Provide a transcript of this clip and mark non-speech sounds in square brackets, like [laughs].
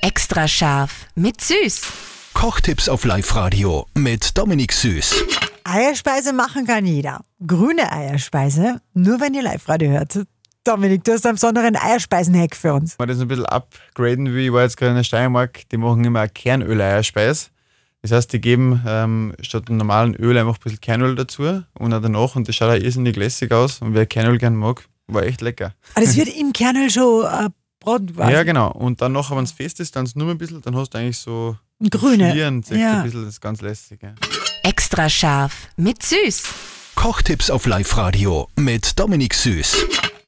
Extra scharf mit Süß. Kochtipps auf Live-Radio mit Dominik Süß. Eierspeise machen kann jeder. Grüne Eierspeise, nur wenn ihr live gerade hört. Dominik, du hast einen besonderen Eierspeisenhack für uns. Mal das ein bisschen upgraden, wie ich war jetzt gerade in der Steiermark, die machen immer Kernöl-Eierspeis. Das heißt, die geben ähm, statt dem normalen Öl einfach ein bisschen Kernöl dazu und dann danach und das schaut auch irrsinnig lässig aus. Und wer Kernöl gern mag, war echt lecker. Ah, [laughs] Das wird im Kernöl schon äh, braten quasi. Ja, genau. Und dann nachher, wenn es fest ist, dann nur ein bisschen, dann hast du eigentlich so Grüne. Schlieren, Ja. ja. ein bisschen, das ist ganz lässig. Ja. Extra scharf mit Süß. Kochtipps auf Live-Radio mit Dominik Süß.